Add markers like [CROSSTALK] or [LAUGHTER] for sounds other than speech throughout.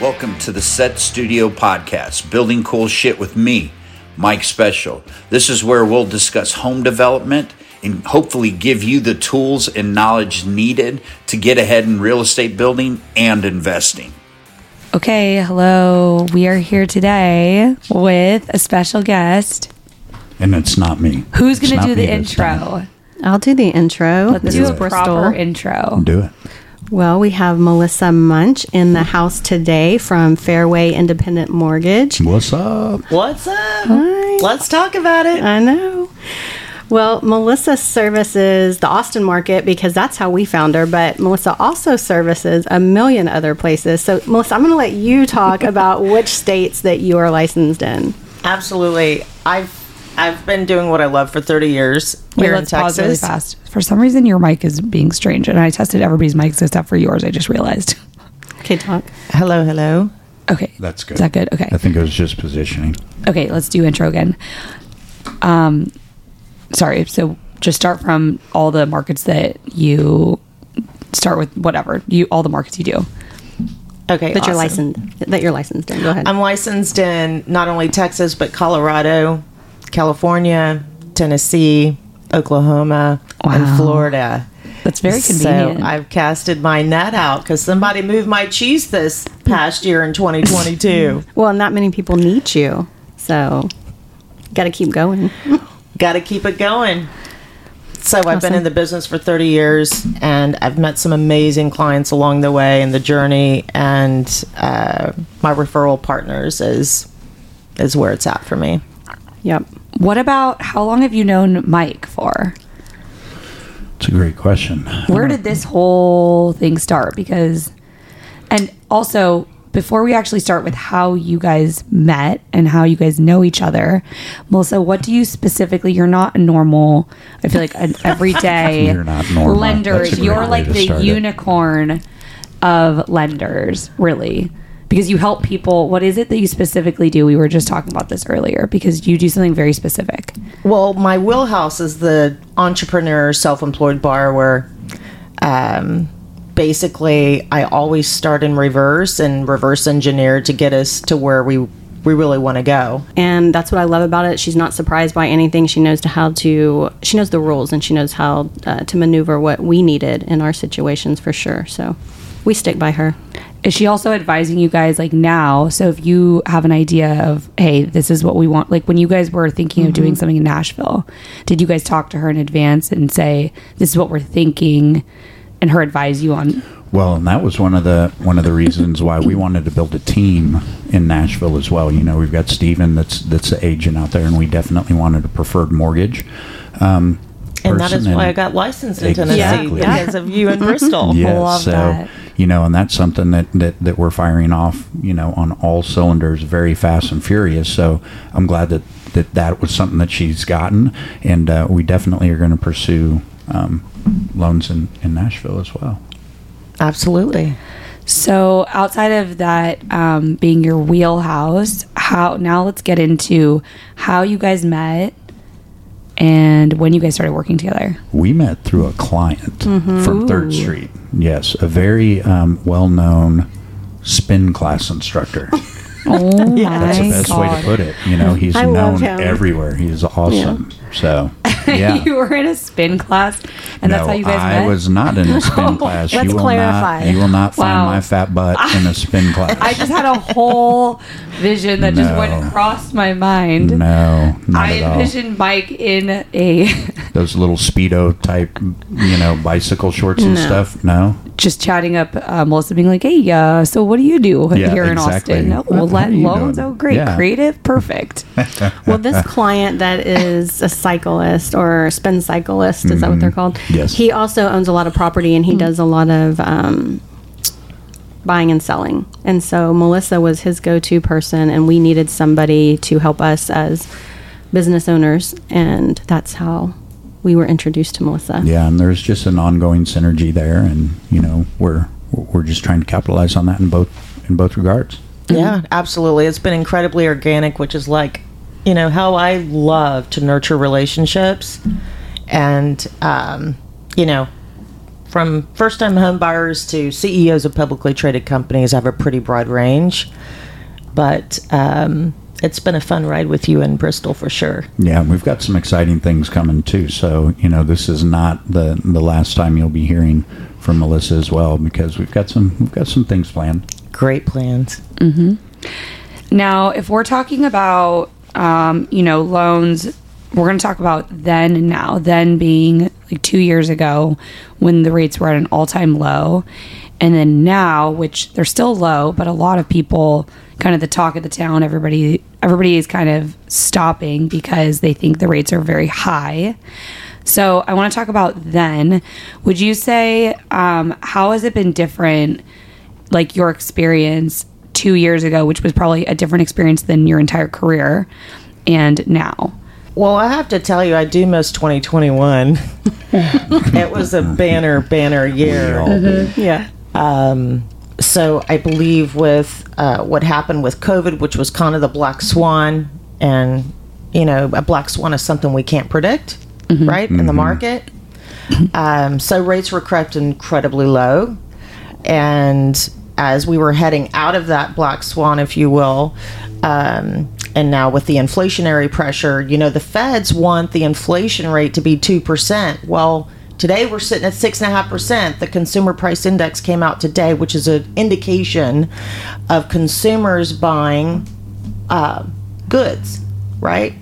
Welcome to the Set Studio Podcast, building cool shit with me, Mike Special. This is where we'll discuss home development and hopefully give you the tools and knowledge needed to get ahead in real estate building and investing. Okay, hello. We are here today with a special guest. And it's not me. Who's It's going to not do me the this time. intro? I'll do the intro. this do is a Bristol. proper intro. Do it. well, we have Melissa Munch in the house today from Fairway Independent Mortgage. What's up? What's up? Hi. Let's talk about it. I know. Well, Melissa services the Austin market because that's how we found her, but Melissa also services a million other places. So, Melissa, I'm going to let you talk about which states that you are licensed in. Absolutely. I've I've been doing what I love for 30 years Wait, here in let's pause Texas. really fast. For some reason, your mic is being strange, and I tested everybody's mics except for yours. I just realized. Okay, talk. Hello, hello. Okay, That's good. Is that good? Okay, I think it was just positioning. okay. Let's do intro again. Um, sorry. So just start from all the markets that you start with. Whatever you, all the markets you do. Okay. That you're awesome. licensed. That you're licensed in. Go ahead. I'm licensed in not only Texas but Colorado, California, Tennessee, Oklahoma, Wow. and Florida. That's very So convenient. I've casted my net out because somebody moved my cheese this past year in 2022. well, not many people need you, so got to keep going. got to keep it going. So I've Awesome. been in the business for 30 years, and I've met some amazing clients along the way in the journey, and uh, my referral partners is is where it's at for me. Yep. What about how long have you known Mike for? It's a great question. Where did this whole thing start? Because, and also, before we actually start with how you guys met and how you guys know each other, Melissa, what do you specifically? You're not a normal, I feel like, an [LAUGHS] everyday You're not normal. lender. That's a great You're way like to the start it. unicorn of lenders, really. Because you help people. What is it that you specifically do? We were just talking about this earlier because you do something very specific. Well, my wheelhouse is the entrepreneur, self employed borrower. Um, basically, I always start in reverse and reverse engineer to get us to where we, we really want to go. and that's what I love about it. She's not surprised by anything. She knows to how to. She knows the rules, and she knows how uh, to maneuver what we needed in our situations for sure. So, we stick by her. is she also advising you guys like now so if you have an idea of hey this is what we want like when you guys were thinking of doing something in nashville did you guys talk to her in advance and say this is what we're thinking and her advise you on Well, and that was one of the one of the reasons why we wanted to build a team in Nashville as well. You know, we've got Steven that's that's the agent out there, and we definitely wanted a preferred mortgage. Um, And that is person, why and- I got licensed in Exactly. Tennessee Yeah. because of you in Bristol. Yeah, love so that. you know, and that's something that, that that we're firing off, you know, on all cylinders, very fast and furious. So I'm glad that that, that was something that she's gotten, and uh, we definitely are going to pursue um, loans in, in Nashville as well. Absolutely. so outside of that um, being your wheelhouse how now let's get into how you guys met and when you guys started working together We met through a client Mm-hmm. from Third Street. Yes, a very um, well-known spin class [LAUGHS] instructor. oh That's my the best way god to put it. You know, he's I love known him. everywhere. He's awesome. So, yeah. [LAUGHS] you were in a spin class and that's no, how you guys I met Oh, was not [LAUGHS] in a spin class. let's you will clarify. Not, you will not find Wow. my fat [LAUGHS] butt in a spin class. I just had a whole vision that just went No. across my mind. no, not I at all. envisioned Mike in a [LAUGHS] Those little speedo type, you know, bicycle shorts and stuff. No, just chatting up uh, Melissa, being like, "Hey, uh, so what do you do Yeah, here exactly. in Austin? Oh, well, What let are you loans. doing?" Oh, great, Yeah. creative, perfect. Well, this client that is a cyclist or spin cyclist is that what they're called? Yes. He also owns a lot of property, and he does a lot of. Um, buying and selling. And so Melissa was his go to person, and we needed somebody to help us as business owners. And that's how we were introduced to Melissa. yeah, and there's just an ongoing synergy there, and you know, we're we're just trying to capitalize on that in both in both regards. Yeah, absolutely. It's been incredibly organic, which is like, you know, how I love to nurture relationships. And, um, you know, from first time home buyers to CEOs of publicly traded companies. I have a pretty broad range, but um, it's been a fun ride with you in Bristol for sure. Yeah, and we've got some exciting things coming too. So you know, this is not the the last time you'll be hearing from Melissa as well because we've got some we've got some things planned. Great plans. Now, if we're talking about, um, you know, loans, we're going to talk about then and now. Then being like two years ago when the rates were at an all time low. And then now, which they're still low, but a lot of people, kind of the talk of the town, everybody, everybody is kind of stopping because they think the rates are very high. So I want to talk about then. Would you say um, how has it been different like your experience two years ago, which was probably a different experience than your entire career, and now. Well, I have to tell you, I do miss 2021. [LAUGHS] it was a banner, banner year. Yeah. so I believe with uh, what happened with COVID, which was kind of the black swan, and you know, a black swan is something we can't predict, right, in the market. Um, so rates were crept incredibly low, and as we were heading out of that black swan, if you will, um, and now with the inflationary pressure, you know, the Feds want the inflation rate to be two percent. Well. Today we're sitting at six and a half percent. The consumer price index came out today, which is an indication of consumers buying uh, goods, right?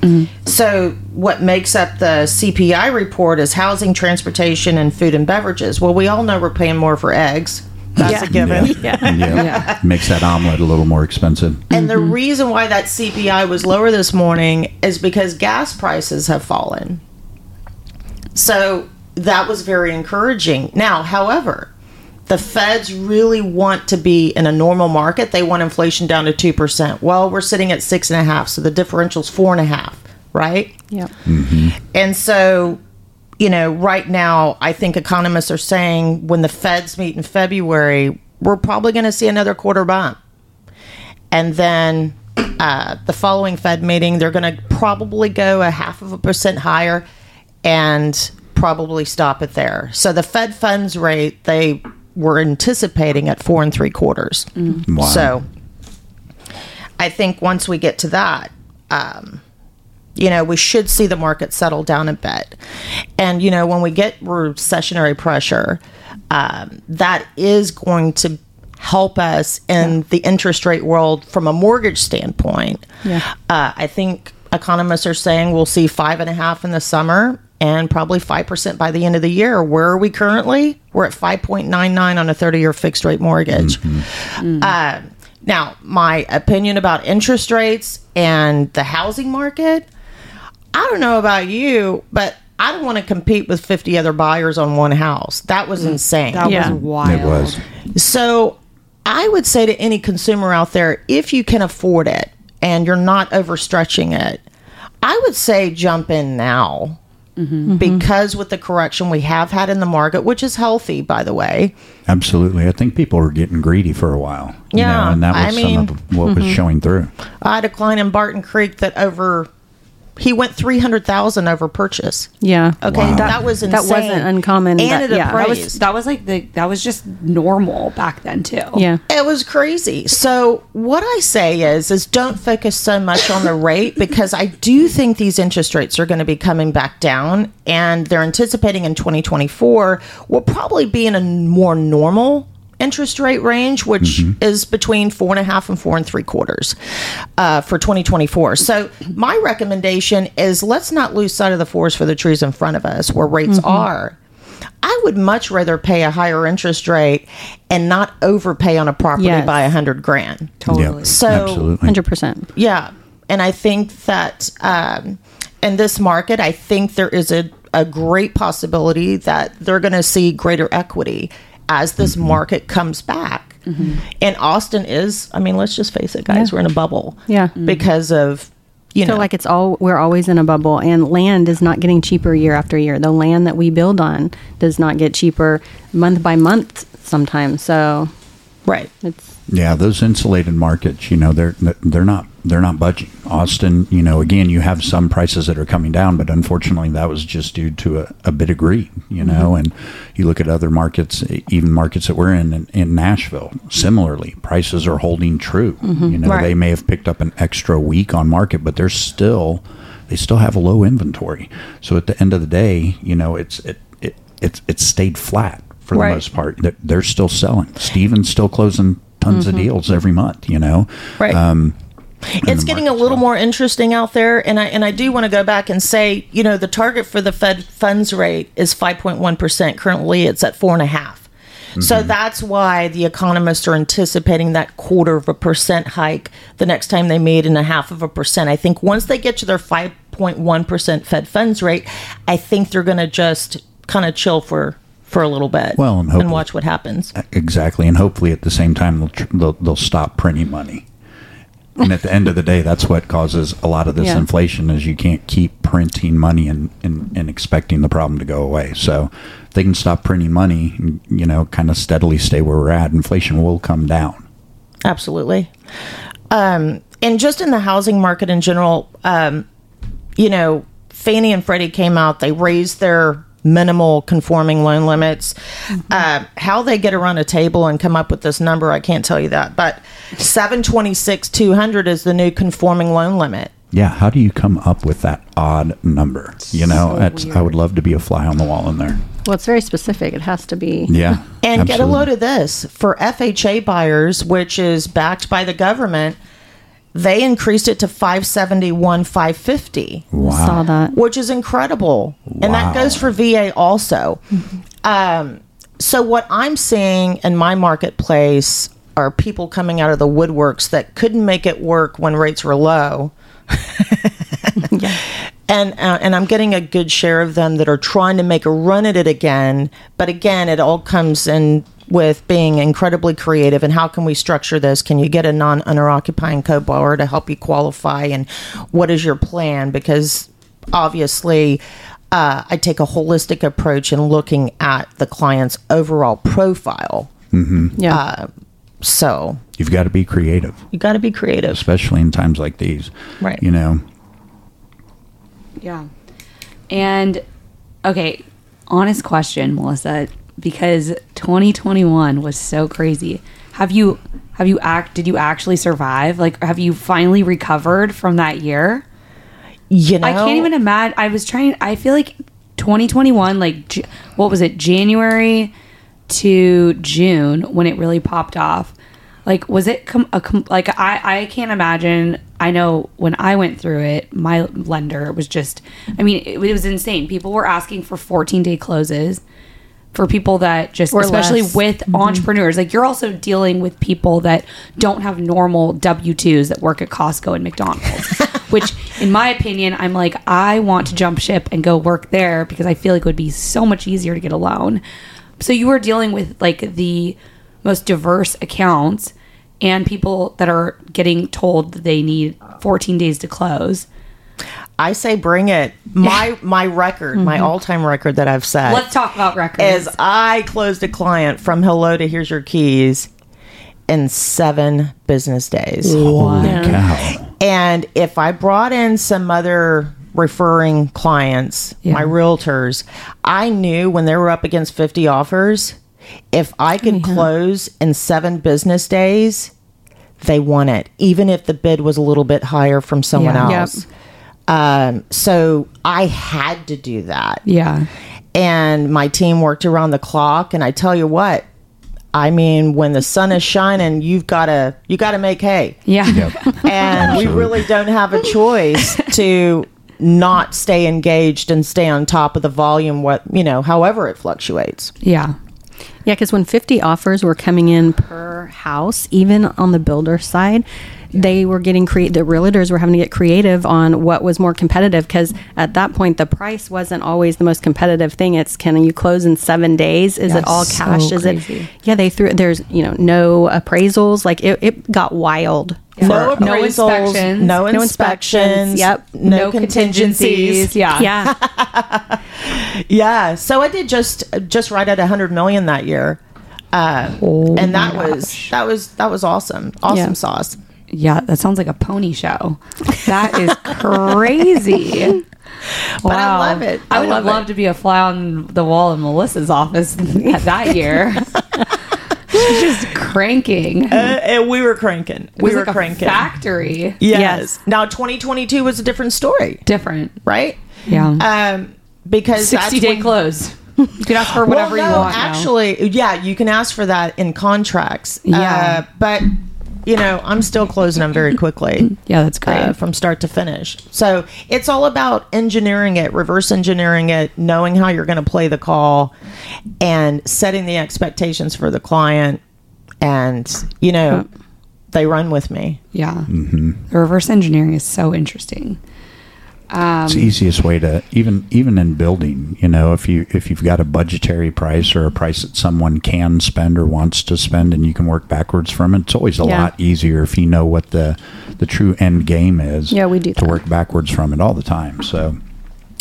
So what makes up the CPI report is housing, transportation, and food and beverages. Well, we all know we're paying more for eggs. That's a given. [LAUGHS] Yeah. makes that omelet a little more expensive. And the reason why that CPI was lower this morning is because gas prices have fallen. So that was very encouraging. Now, however, the feds really want to be in a normal market. They want inflation down to 2%. Well, we're sitting at six and a half, so the differential's four and a half, right? Yeah. And so, you know, right now, I think economists are saying when the feds meet in February, we're probably going to see another quarter bump. And then uh, the following Fed meeting, they're going to probably go a half of a percent higher and probably stop it there. So the Fed funds rate, they were anticipating at four and three quarters. Wow. So I think once we get to that, um, you know, we should see the market settle down a bit. And, you know, when we get recessionary pressure, um, that is going to help us in the interest rate world from a mortgage standpoint. Yeah. Uh, I think economists are saying we'll see five and a half in the summer and probably 5% by the end of the year. Where are we currently? We're at 5.99 on a 30 year fixed rate mortgage. Uh, now, my opinion about interest rates and the housing market, I don't know about you, but I don't want to compete with 50 other buyers on one house. That was insane. Yeah. wild. It was. So I would say to any consumer out there, if you can afford it and you're not overstretching it, I would say jump in now. Because with the correction we have had in the market, which is healthy, by the way, Absolutely. I think people were getting greedy for a while. you know, Yeah, and that I was mean- mm-hmm. some of what was showing through. I had a client in Barton Creek that over he went three hundred thousand over purchase. Yeah. Okay, Wow. that, was insane. that wasn't uncommon, and but yeah, that it That appraised. was that was like the that was just normal back then too. Yeah. It was crazy. So what I say is, is don't focus so much on the rate because I do think these interest rates are going to be coming back down, and they're anticipating in 2024 will probably be in a more normal interest rate range, which is between four and a half and four and three quarters uh, for 2024. So my recommendation is let's not lose sight of the forest for the trees in front of us, where rates are. I would much rather pay a higher interest rate and not overpay on a property Yes. by a hundred grand. Yeah. So- absolutely. 100%. Yeah, and I think that um, in this market, I think there is a, a great possibility that they're going to see greater equity as this Mm-hmm. market comes back. And Austin is, I mean, let's just face it, guys, we're in a bubble. Yeah. Mhm. because of you feel know, like it's all we're always in a bubble and land is not getting cheaper year after year the land that we build on does not get cheaper month by month sometimes so right. it's Yeah, those insulated markets, you know, they're they're not they're not budging. Austin, you know, again, you have some prices that are coming down, but unfortunately, that was just due to a, a bit of greed, you know. Mm-hmm. And you look at other markets, even markets that we're in, in, in Nashville, similarly, prices are holding true. You know, Mm-hmm. Right. they may have picked up an extra week on market, but they're still, they still have a low inventory. So at the end of the day, you know, it's, it, it, it's, it's stayed flat for Right. the most part. They're, they're still selling. Steven's still closing tons Mm-hmm. of deals every month, you know. Right. Um, it's getting a little more interesting out there and i and i do want to go back and say you know the target for the fed funds rate is 5.1% currently it's at 4.5 Mm-hmm. so that's why the economists are anticipating that quarter of a percent hike the next time they meet and a half of a percent i think once they get to their 5.1% fed funds rate i think they're going to just kind of chill for for a little bit Well, and hopefully- watch what happens Exactly, and hopefully at the same time they'll, tr- they'll they'll stop printing money. And at the end of the day, that's what causes a lot of this Yeah. inflation is you can't keep printing money and, and, and expecting the problem to go away. So if they can stop printing money, and, you know, kind of steadily stay where we're at. Inflation will come down. Absolutely. Um, and just in the housing market in general, um, you know, Fannie and Freddie came out, they raised their minimal conforming loan limits. Uh, how they get around a table and come up with this number, I can't tell you that. But 726 200 is the new conforming loan limit. Yeah, how do you come up with that odd number? You know, that's, I would love to be a fly on the wall in there. Well, it's very specific. It has to be. Yeah, And get a absolutely. load of this for FHA buyers, which is backed by the government. They increased it to 571 550. Wow. Saw that. which is incredible. And that Wow. goes for VA also. Um, so, what I'm seeing in my marketplace are people coming out of the woodworks that couldn't make it work when rates were low. And, uh, and I'm getting a good share of them that are trying to make a run at it again. But again, it all comes in with being incredibly creative and how can we structure this? Can you get a non owner occupying co borrower to help you qualify? And what is your plan? Because obviously uh, I take a holistic approach in looking at the client's overall profile. Yeah. So You've got to be creative. you got to be creative. especially in times like these. Right. You know, Yeah. And okay, honest question, Melissa, because 2021 was so crazy. Have you have you act did you actually survive? Like have you finally recovered from that year? You know, I can't even imagine. I was trying. I feel like 2021, like J- what was it, January to June when it really popped off. Like, was it com- a com- like I I can't imagine. I know when I went through it, my lender was just. I mean, it, it was insane. People were asking for 14 day closes for people that just, especially less. with entrepreneurs. Like, you're also dealing with people that don't have normal W 2s that work at Costco and McDonald's, which, in my opinion, I'm like, I want to jump ship and go work there because I feel like it would be so much easier to get a loan. So, you were dealing with like the most diverse accounts and people that are getting told that they need 14 days to close. I say bring it. My my record, my all time record that I've set. Mm-hmm. Let's talk about records. is I closed a client from hello to here's your keys in seven business days. holy cow. And if I brought in some other referring clients, Yeah. my realtors, I knew when they were up against 50 offers, if I could close in seven business days, they won it, even if the bid was a little bit higher from someone Yeah. Yep. else. Um, so I had to do that yeah. and my team worked around the clock and i tell you what i mean when the sun is shining you've got to you got to make hay Yeah. [LAUGHS] [LAUGHS] and we Absolutely. really don't have a choice to not stay engaged and stay on top of the volume what you know however it fluctuates Yeah. Yeah, because when 50 offers were coming in per house, even on the builder side, they were getting create. The realtors were having to get creative on what was more competitive because at that point the price wasn't always the most competitive thing. It's can you close in seven days? Is it all so cash? Is crazy. it? Yeah, they threw. There's you know no appraisals. Like it, it got wild. no Yeah. No appraisals no inspections. inspections, no No inspections, inspections yep. no, contingencies Yeah. [LAUGHS] Yeah, Yeah, so I did just just right at 100 million that year. Uh, and that was that was that was awesome. Awesome Yeah. sauce. Yeah, that sounds like a pony show. That [LAUGHS] is crazy. But I love it. I I would love love, it. to be a fly on the wall in Melissa's office at [LAUGHS] that year. She's just cranking. Uh, and we were cranking. It was we were like a cranking. factory. yes. Yes. Now 2022 was a different story, Different. right? Yeah. Um, because that's 60 day when- close. You can ask for whatever well, no, you want. now. Actually, yeah, you can ask for that in contracts. Yeah. Uh, but you know, I'm still closing them very quickly. Yeah, that's great. uh, from start to finish. So it's all about engineering it, reverse engineering it, knowing how you're going to play the call, and setting the expectations for the client. And you know, they run with me. yeah. The reverse engineering is so interesting. it's the Um, easiest way to even even in building you know if you if you've got a budgetary price or a price that someone can spend or wants to spend and you can work backwards from it it's always a Yeah. lot easier if you know what the the true end game is Yeah, we do to that. work backwards from it all the time so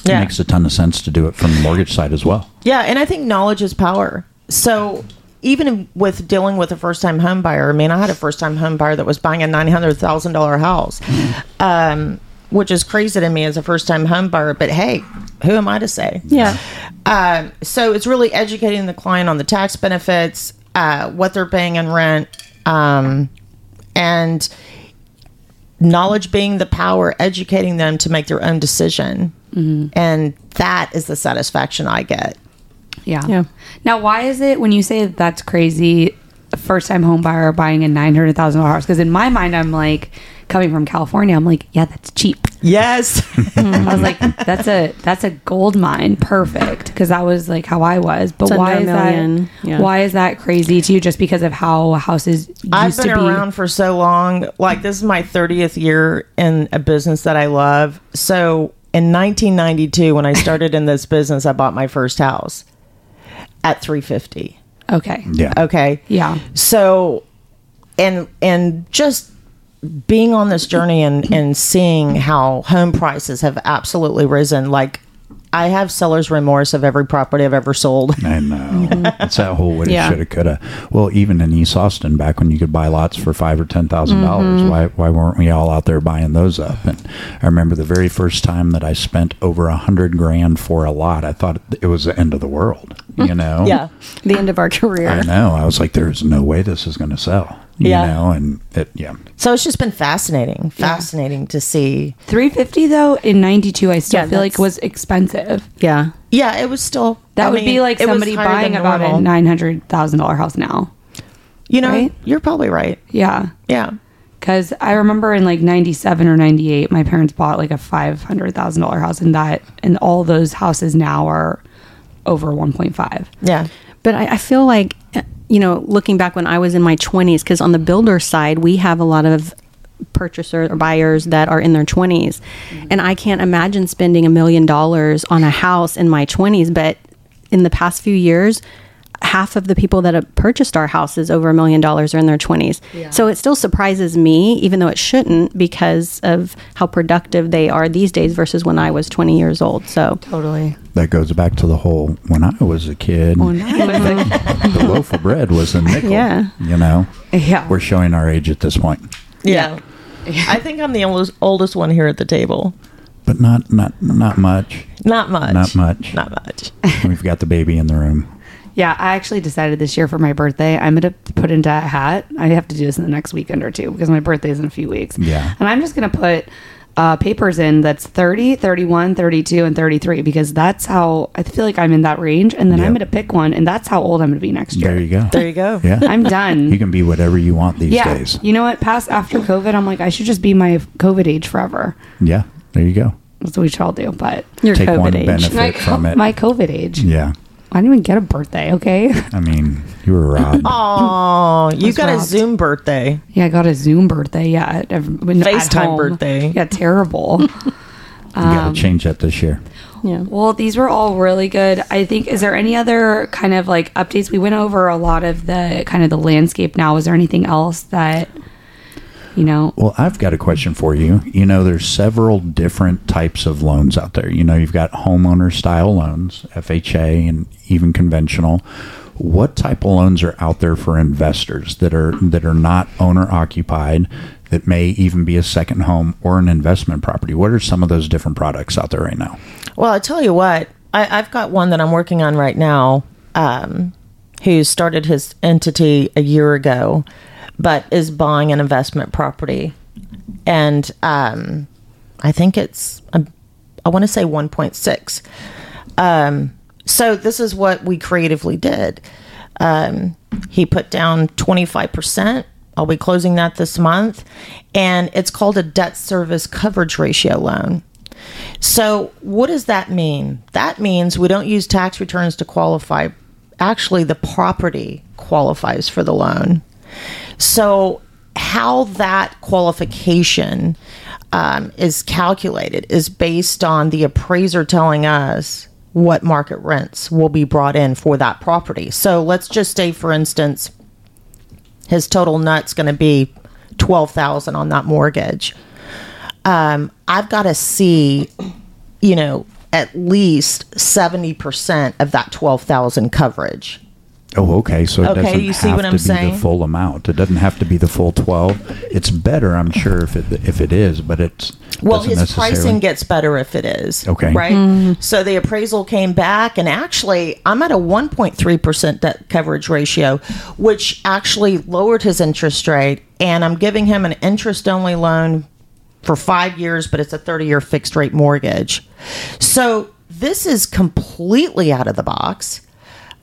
Yeah. it makes a ton of sense to do it from the mortgage side as well Yeah, and I think knowledge is power. So even with dealing with a first time home buyer, I mean, I had a first time home buyer that was buying a nine hundred thousand dollar house, um, which is crazy to me as a first time home buyer. But hey, who am I to say? Yeah. Um, so it's really educating the client on the tax benefits, uh, what they're paying in rent, um, and knowledge being the power, educating them to make their own decision. And that is the satisfaction I get. Yeah. Yeah. Now, why is it when you say that's crazy, a first time home buyer buying a $900,000 house? Because in my mind, I'm like, coming from California, I'm like, yeah, that's cheap. [LAUGHS] Yes. Mm-hmm. I was like, that's a that's a gold mine, perfect, because that was like how I was. But It's why is under a million, that? yeah. Why is that crazy to you? Just because of how houses used I've been to be? around for so long. Like this is my 30th year in a business that I love. So in 1992 when I started in this business, I bought my first house at 350. Okay. yeah Okay. Yeah. So and and just being on this journey and and seeing how home prices have absolutely risen like I have seller's remorse of every property I've ever sold. [LAUGHS] I know. [LAUGHS] It's that uh, whole woulda, Yeah. shoulda, coulda. Well, even in East Austin, back when you could buy lots for five or ten dollars, why why weren't we all out there buying those up? And I remember the very first time that I spent over a hundred grand for a lot, I thought it was the end of the world. You know? The end of our career. I know. I was like, there is no way this is going to sell. You Yeah. know, and it, yeah, So it's just been fascinating, fascinating to see. Three fifty though in ninety two, I still Yeah, feel like that's- was expensive. Yeah. Yeah, it was still That I would be mean, like it was somebody higher buying than about a normal. nine hundred thousand dollar house now. You know, right? you're probably right. Yeah. Yeah. Because I remember in like 97 or 98, my parents bought like a $500,000 house, and that, and all those houses now are over 1.5. Yeah. But I, I feel like, uh, you know, looking back when I was in my 20s, because on the builder side, we have a lot of purchasers or buyers that are in their 20s. And I can't imagine spending a million dollars on a house in my 20s. But in the past few years, half of the people that have purchased our houses over a million dollars are in their 20s. So it still surprises me, even though it shouldn't, because of how productive they are these days versus when I was 20 years old. So, Totally. that goes back to the whole when I was a kid, Oh, [LAUGHS] the loaf of bread was a nickel. Yeah. You know? Yeah. We're showing our age at this point. Yeah. I think I'm the oldest, oldest one here at the table. But not not [LAUGHS] not much. Not much. Not much. Not much. We've got the baby in the room. Yeah, I actually decided this year for my birthday, I'm going to put into a hat. I have to do this in the next weekend or two because my birthday is in a few weeks. Yeah. And I'm just going to put uh, papers in that's 30, 31, 32, and 33 because that's how I feel like I'm in that range. And then Yeah. I'm going to pick one, and that's how old I'm going to be next year. There you go. There you go. Yeah. I'm done. [LAUGHS] you can be whatever you want these days. You know what? Past after COVID, I'm like, I should just be my COVID age forever. Yeah. There you go. That's what we should all do. But your Take one COVID age. benefit my, from it. oh, my COVID age. yeah. I didn't even get a birthday. Okay. [LAUGHS] I mean, you were robbed. Oh, you was got a robbed. Zoom birthday. Yeah, I got a Zoom birthday. Yeah, at, at FaceTime home. birthday. Yeah, [LAUGHS] terrible. you [LAUGHS] Um, got to change that this year. Yeah. Well, these were all really good. I think is there any other kind of like updates? We went over a lot of the kind of the landscape now. Is there anything else that you know? Well, I've got a question for you. You know, there's several different types of loans out there. You know, you've got homeowner style loans, FHA, and even conventional. what type of loans are out there for investors that are that are not owner occupied that may even be a second home or an investment property what are some of those different products out there right now Well, I tell you what, I, I've got one that I'm working on right now, um, who started his entity a year ago, but is buying an investment property, and um, I think it's um, I want to say 1.6. Um, so this is what we creatively did. Um, he put down 25%. I'll be closing that this month, and it's called a debt service coverage ratio loan. So, what does that mean? That means we don't use tax returns to qualify. Actually, the property qualifies for the loan. So, how that qualification um, is calculated is based on the appraiser telling us what market rents will be brought in for that property. So, let's just say, for instance, his total nut's going to be 12,000 on that mortgage um, I've got to see, you know, at least seventy percent of that twelve thousand coverage. Oh, okay. So it Okay, doesn't you see have what to I'm be saying? the full amount. It doesn't have to be the full twelve. It's better, I'm sure, if it if it is, but it's Well, doesn't his necessarily- pricing gets better if it is Okay. right. Mm. So the appraisal came back, and actually, I'm at a one point three percent debt coverage ratio, which actually lowered his interest rate, and I'm giving him an interest only loan for five years, but it's a 30 year fixed rate mortgage. So this is completely out of the box.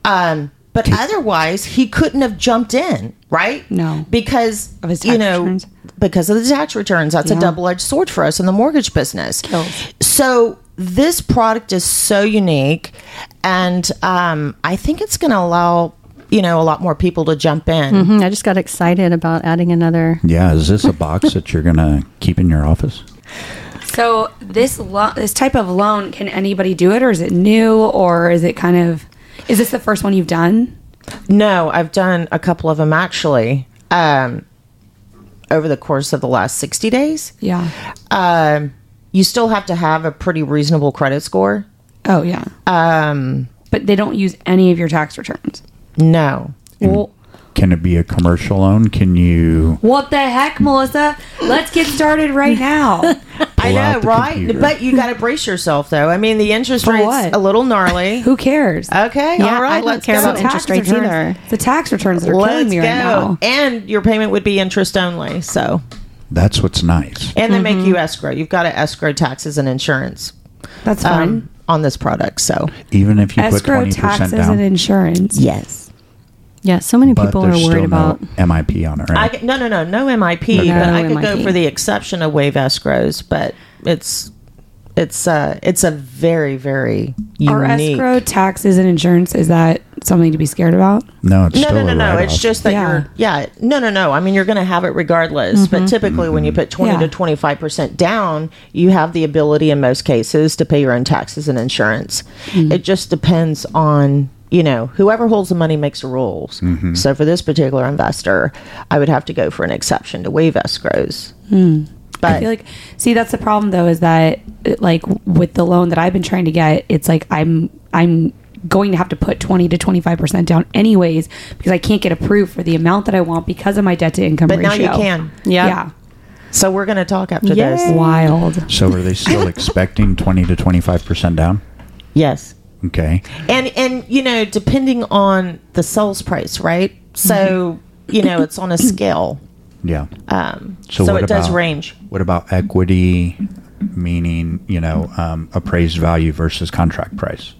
Um, but otherwise, he couldn't have jumped in, right? No. because Of his tax you know returns. because of the tax returns. That's a Yeah. double edged sword for us in the mortgage business. Kills. So this product is so unique, and um, I think it's going to allow you know a lot more people to jump in. Mm, I just got excited about adding another. Yeah, is this a box that you're gonna keep in your office? So this lo- this type of loan, can anybody do it, or is it new, or is it kind of? Is this the first one you've done? No, I've done a couple of them actually um, over the course of the last sixty days. Yeah. Um, you still have to have a pretty reasonable credit score. Oh yeah. Um, but they don't use any of your tax returns. No, Well, Can it be a commercial loan? Can you what the heck, Melissa? Let's get started right now. I Pull out know, the right? computer. But you got to [LAUGHS] brace yourself, though. I mean, the interest For rate's what? a little [LAUGHS] [LAUGHS] gnarly. Who cares? Okay, Yeah, all right. I don't let's care go. about Tax interest rates returns- either. The tax returns that are Let's killing me go. right now. And your payment would be interest only. So, that's what's nice. and they Mm-hmm. make you escrow. You've got to escrow taxes and insurance That's fine. um, on this product. So, Even if you put Escrow twenty percent taxes down. and insurance. yes. Yeah, so many but people are there's worried still about. no MIP on it, I right? can, no, no, no, no MIP, Okay. but No I could go MIP. for the exception of waive escrows, but it's it's uh it's a very very unique. Are escrow taxes and insurance is that something to be scared about? no, it's no, still no, no, a no. It's write-off. just that Yeah. Mm-hmm. you're, yeah, no, no, no. I mean, you're going to have it regardless. But typically, when you put 20 Yeah. to 25% down, you have the ability in most cases to pay your own taxes and insurance. Mm-hmm. It just depends on, you know, whoever holds the money makes the rules. So for this particular investor, I would have to go for an exception to waive escrows. But Hmm. I feel like, see, that's the problem though, is that it- like with the loan that I've been trying to get, it's like I'm I'm going to have to put twenty to twenty five percent down anyways because I can't get approved for the amount that I want because of my debt to income but now ratio. you can. Yeah. So we're going to talk after It's this. wild. So are they [LAUGHS] still expecting twenty to twenty five percent down? Yes. Okay. and and you know depending on the sales price right so Mm-hmm. you know it's on a scale Yeah. um So, so, what it about, does range What about equity, meaning you know um, appraised value versus contract price?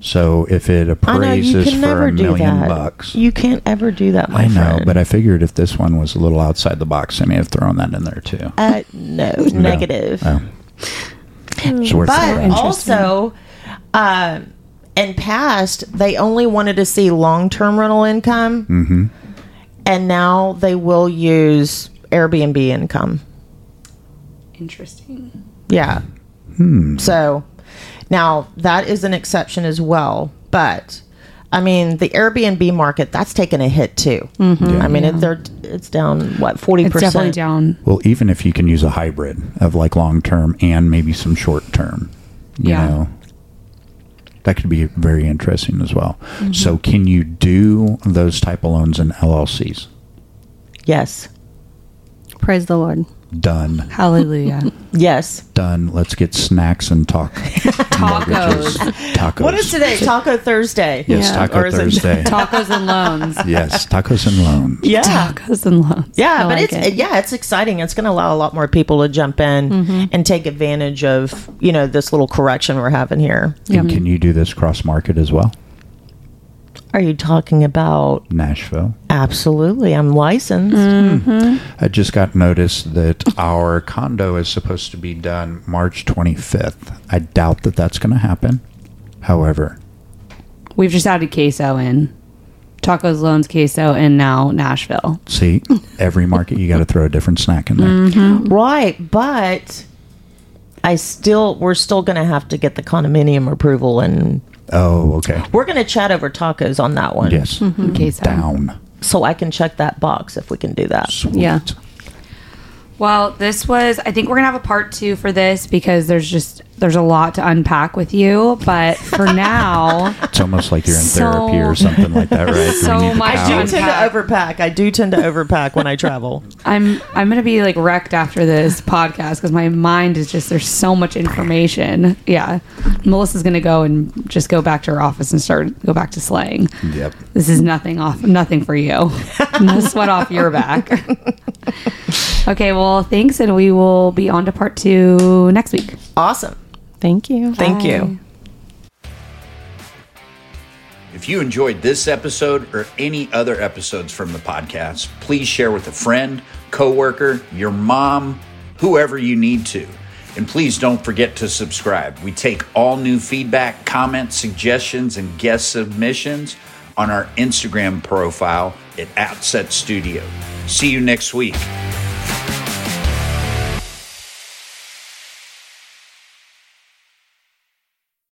So if it i know you appraises can for never a do million that bucks, you can't ever do that my I know, friend. but I figured if this one was a little outside the box, I may have thrown that in there too. uh, [LAUGHS] no negative Oh. It's worth a but try. also um in past they only wanted to see long-term rental income Mm-hmm. and now they will use airbnb income Interesting. Yeah. Hmm. So now that is an exception as well, but I mean the Airbnb market that's taken a hit too. I mean it, they're, it's down what forty It's definitely percent. down. Well, even if you can use a hybrid of like long term and maybe some short term, you Yeah. know, that could be very interesting as well. Mm-hmm. So, can you do those type of loans in LLCs? Yes. Praise the Lord. Done, Hallelujah. Yes. done. Let's get snacks and talk mortgages. Tacos. What is today? Taco Thursday. Yes, Taco Or is it- Thursday. [LAUGHS] [LAUGHS] Tacos and loans. yes, tacos and loans. [LAUGHS] Yeah. Tacos and loans. Yeah, I but like it's it. yeah, it's exciting. It's going to allow a lot more people to jump in and take advantage of you know this little correction we're having here. And can you do this cross market as well? Are you talking about? Nashville. Absolutely, I'm licensed. I just got notice that our condo is supposed to be done March 25th. I doubt that that's going to happen. However, We've just added queso in. Tacos, loans, queso, and now Nashville. see, every market you got to throw a different snack in there. Right, but I still we're still going to have to get the condominium approval, and Oh, okay. we're going to chat over tacos on that one. Yes. Queso. Down. so I can check that box if we can do that. Sweet. Yeah. Well, this was. I think we're gonna have a part two for this because there's just there's a lot to unpack with you. But for now, It's almost like you're in So- therapy or something like that, right? Do we So need to much couch? I do tend to Unpack. overpack. I do tend to overpack when I travel. I'm I'm gonna be like wrecked after this podcast because my mind is just there's so much information. Yeah, Melissa's gonna go and just go back to her office and start go back to slaying. Yep. This is nothing off, nothing for you. no sweat off your back. okay, well, thanks, and we will be on to part two next week. [LAUGHS] awesome. Thank you. Thank Bye. you. If you enjoyed this episode or any other episodes from the podcast, please share with a friend, coworker, your mom, whoever you need to. And please don't forget to subscribe. We take all new feedback, comments, suggestions, and guest submissions on our Instagram profile at Outset Studio. See you next week.